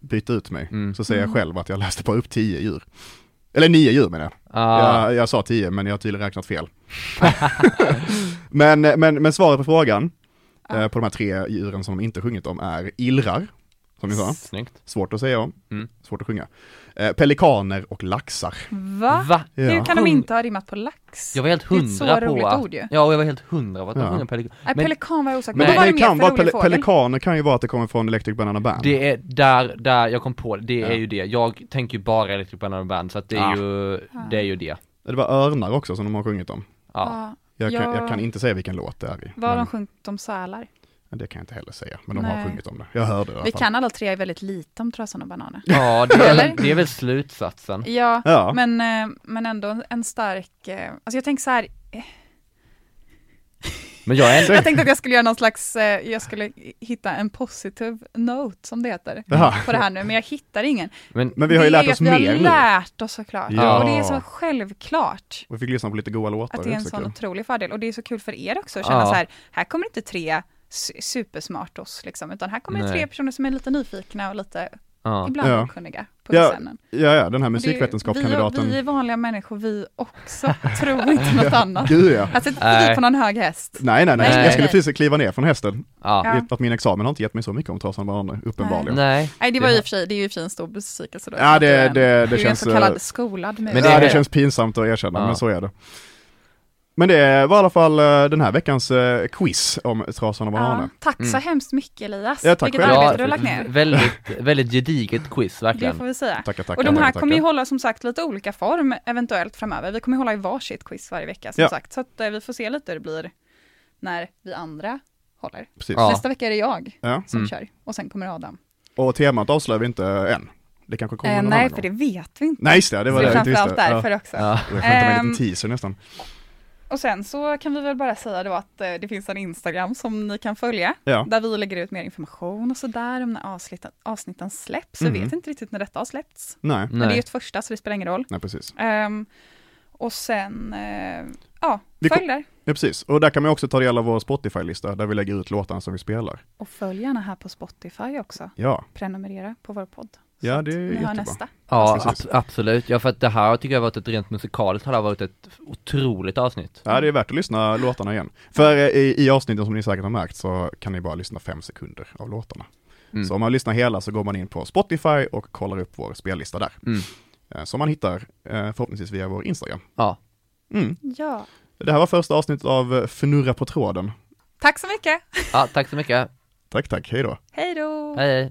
S3: byta ut mig.
S5: Mm.
S3: Så säger jag själv att jag läste på upp tio djur. Eller nio djur menar jag.
S5: Ah,
S3: Jag, jag sa tio men jag har tydligen räknat fel. men, men, men svaret på frågan,
S4: Ja.
S3: eh, på de här tre djuren som de inte sjungit om är illrar, som ni sa.
S5: Snyggt.
S3: Svårt att säga om,
S5: Mm.
S3: svårt att sjunga. Eh, pelikaner och laxar.
S4: Va?
S5: Va?
S4: Hur
S3: Ja.
S4: kan de inte ha rimmat på lax?
S5: Jag var helt
S4: Det är ett så
S5: hundra
S4: roligt
S5: på att...
S4: ord ju.
S5: Ja, och jag var helt hundra på att de
S3: Ja.
S5: sjunger pelikan.
S4: Nej,
S5: Men
S4: Äh, pelikan var jag osäker på.
S3: Men
S4: Vad
S3: det,
S4: var
S3: det
S4: det mer
S3: kan
S4: för
S3: vara,
S4: rolig
S3: pele,
S4: fågel?
S3: pelikaner kan ju vara att det kommer från Electric Banana Band.
S5: det är där, där jag kom på det, det är
S3: Ja.
S5: ju det. Jag tänker ju bara Electric Banana Band, så att det är
S3: Ah.
S5: ju, det är ju det.
S3: Det var örnar också som de har sjungit om.
S5: Ja.
S4: Ja,
S3: Jag kan,
S4: Ja.
S3: jag kan inte säga vilken låt det är i.
S4: vad har
S3: Men,
S4: de sjungit om sälar?
S3: det kan jag inte heller säga. Men de
S4: Nej.
S3: har sjungit om det. Jag hörde det i alla
S4: Vi
S3: fall.
S4: kan alla tre väldigt lite om Trazan och bananer.
S5: Ja, det är,
S4: Eller?
S5: väl- det är väl slutsatsen.
S4: Ja,
S3: Ja.
S4: Men, eh, men ändå en- en stark, eh, alltså jag tänker så här, eh,
S5: Men jag är
S4: jag tänkte att jag skulle göra någon slags, eh, jag skulle hitta en positiv note som det heter
S3: Jaha.
S4: på det här nu, men jag hittar ingen.
S5: men
S3: Men vi har ju
S4: Det är
S3: lärt oss
S4: att vi
S3: mer
S4: har
S3: nu.
S4: lärt oss såklart,
S3: Ja.
S4: och det är så självklart
S3: Och vi fick lyssna på lite goa låtar.
S4: att det är en
S3: också
S4: sån
S3: kul.
S4: otrolig fördel, och det är så kul för er också att känna
S5: Ja.
S4: så här, här kommer inte tre su- supersmart oss liksom, utan här kommer det
S5: Nej.
S4: tre personer som är lite nyfikna och lite
S5: ja.
S4: ibland
S3: Ja.
S4: okunniga på
S3: Ja,
S4: scenen.
S3: Ja, ja, den här
S4: Och det är ju-
S3: musikvetenskapskandidaten.
S4: Vi, vi är vanliga människor vi också, tror inte något annat.
S3: Gud ja.
S4: Alltså inte
S5: Nej.
S4: vi på någon hög häst.
S3: Nej, nej, nej.
S5: Nej.
S3: Jag skulle precis kliva ner från hästen.
S5: ja.
S4: Ja.
S3: Att min examen har inte gett mig så mycket om Trazan Bananer, uppenbarligen.
S5: Nej.
S4: Nej det var
S5: Det
S4: ju i
S5: har-
S4: och för sig, det är ju i och för sig en stor besvikelse då.
S3: Ja, det-
S4: Du är en-
S3: det- det
S4: Du är en
S3: känns,
S4: så kallad
S3: eh,
S4: skolad
S3: Men
S4: mus.
S3: det, ja,
S5: är-
S3: det känns pinsamt att erkänna,
S5: Ja.
S3: men så är det. Men det var i alla fall eh, den här veckans eh, quiz om Trazan och
S4: ja,
S3: Bananer.
S4: tack
S5: Mm.
S4: så hemskt mycket Elias.
S3: Ja, tack
S4: Vilket
S3: själv.
S4: arbete
S5: Ja,
S4: du har lagt ner.
S5: Väldigt, väldigt gediget quiz
S4: Det får
S5: verkligen.
S4: vi säga.
S3: Tackar, tackar.
S4: Och de här
S3: tackar,
S4: kommer ju
S3: tackar.
S4: hålla som sagt lite olika form eventuellt framöver. Vi kommer ju hålla i varsitt quiz varje vecka som
S3: Ja.
S4: sagt. Så att eh, vi får se lite hur det blir när vi andra håller.
S3: Precis.
S5: Ja.
S4: Nästa vecka är det jag
S3: Ja.
S4: som
S5: Mm.
S4: kör och sen kommer Adam.
S3: Och temat avslöjar vi inte än. Det kanske kommer
S4: Eh,
S3: någon
S4: nej,
S3: annan
S4: för
S3: gång.
S4: det vet vi inte.
S3: Nej, just det. Det
S4: Det
S3: var
S4: var
S3: det jag inte visste.
S4: framförallt därför
S3: Ja.
S4: också.
S5: Ja.
S3: Jag skämtade med en
S4: Ehm.
S3: liten teaser nästan.
S4: Och sen så kan vi väl bara säga då att eh, det finns en Instagram som ni kan följa,
S3: Ja.
S4: där vi lägger ut mer information och sådär om när avsnitten, avsnitten släpps. Vi
S3: Mhm.
S4: vet inte riktigt när detta har släppts,
S3: Nej,
S4: men det är ju
S5: Nej.
S4: ett första så det spelar ingen roll.
S3: nej precis.
S4: Ehm, och sen, eh, ja,
S3: Vi
S4: följ där.
S3: Ja, precis. Och där kan man också ta del av vår Spotify-lista där vi lägger ut låtarna som vi spelar.
S4: Och följ gärna här på Spotify också.
S3: Ja,
S4: Prenumerera på vår podd. Så
S3: ja
S4: att
S3: det är
S4: ni hör
S3: jättebra.
S4: nästa.
S5: Ja,
S3: Precis.
S5: ab- absolut. Ja, för att det här tycker jag har varit ett rent musikaliskt, har det här varit ett otroligt avsnitt.
S3: Ja, det är värt att lyssna låtarna igen. För eh, i, i avsnitten som ni säkert har märkt så kan ni bara lyssna fem sekunder av låtarna.
S5: Mm.
S3: Så om man lyssnar hela så går man in på Spotify och kollar upp vår spellista där.
S5: Mm.
S3: Eh, Som man hittar eh, förhoppningsvis via vår Instagram.
S5: Ja.
S3: Mm.
S4: Ja.
S3: Det här var första avsnittet av eh, Fnurra på tråden.
S4: Tack så mycket.
S5: ja, tack så mycket.
S3: Tack, tack, hej då.
S4: Hej då.
S5: Hej, hej.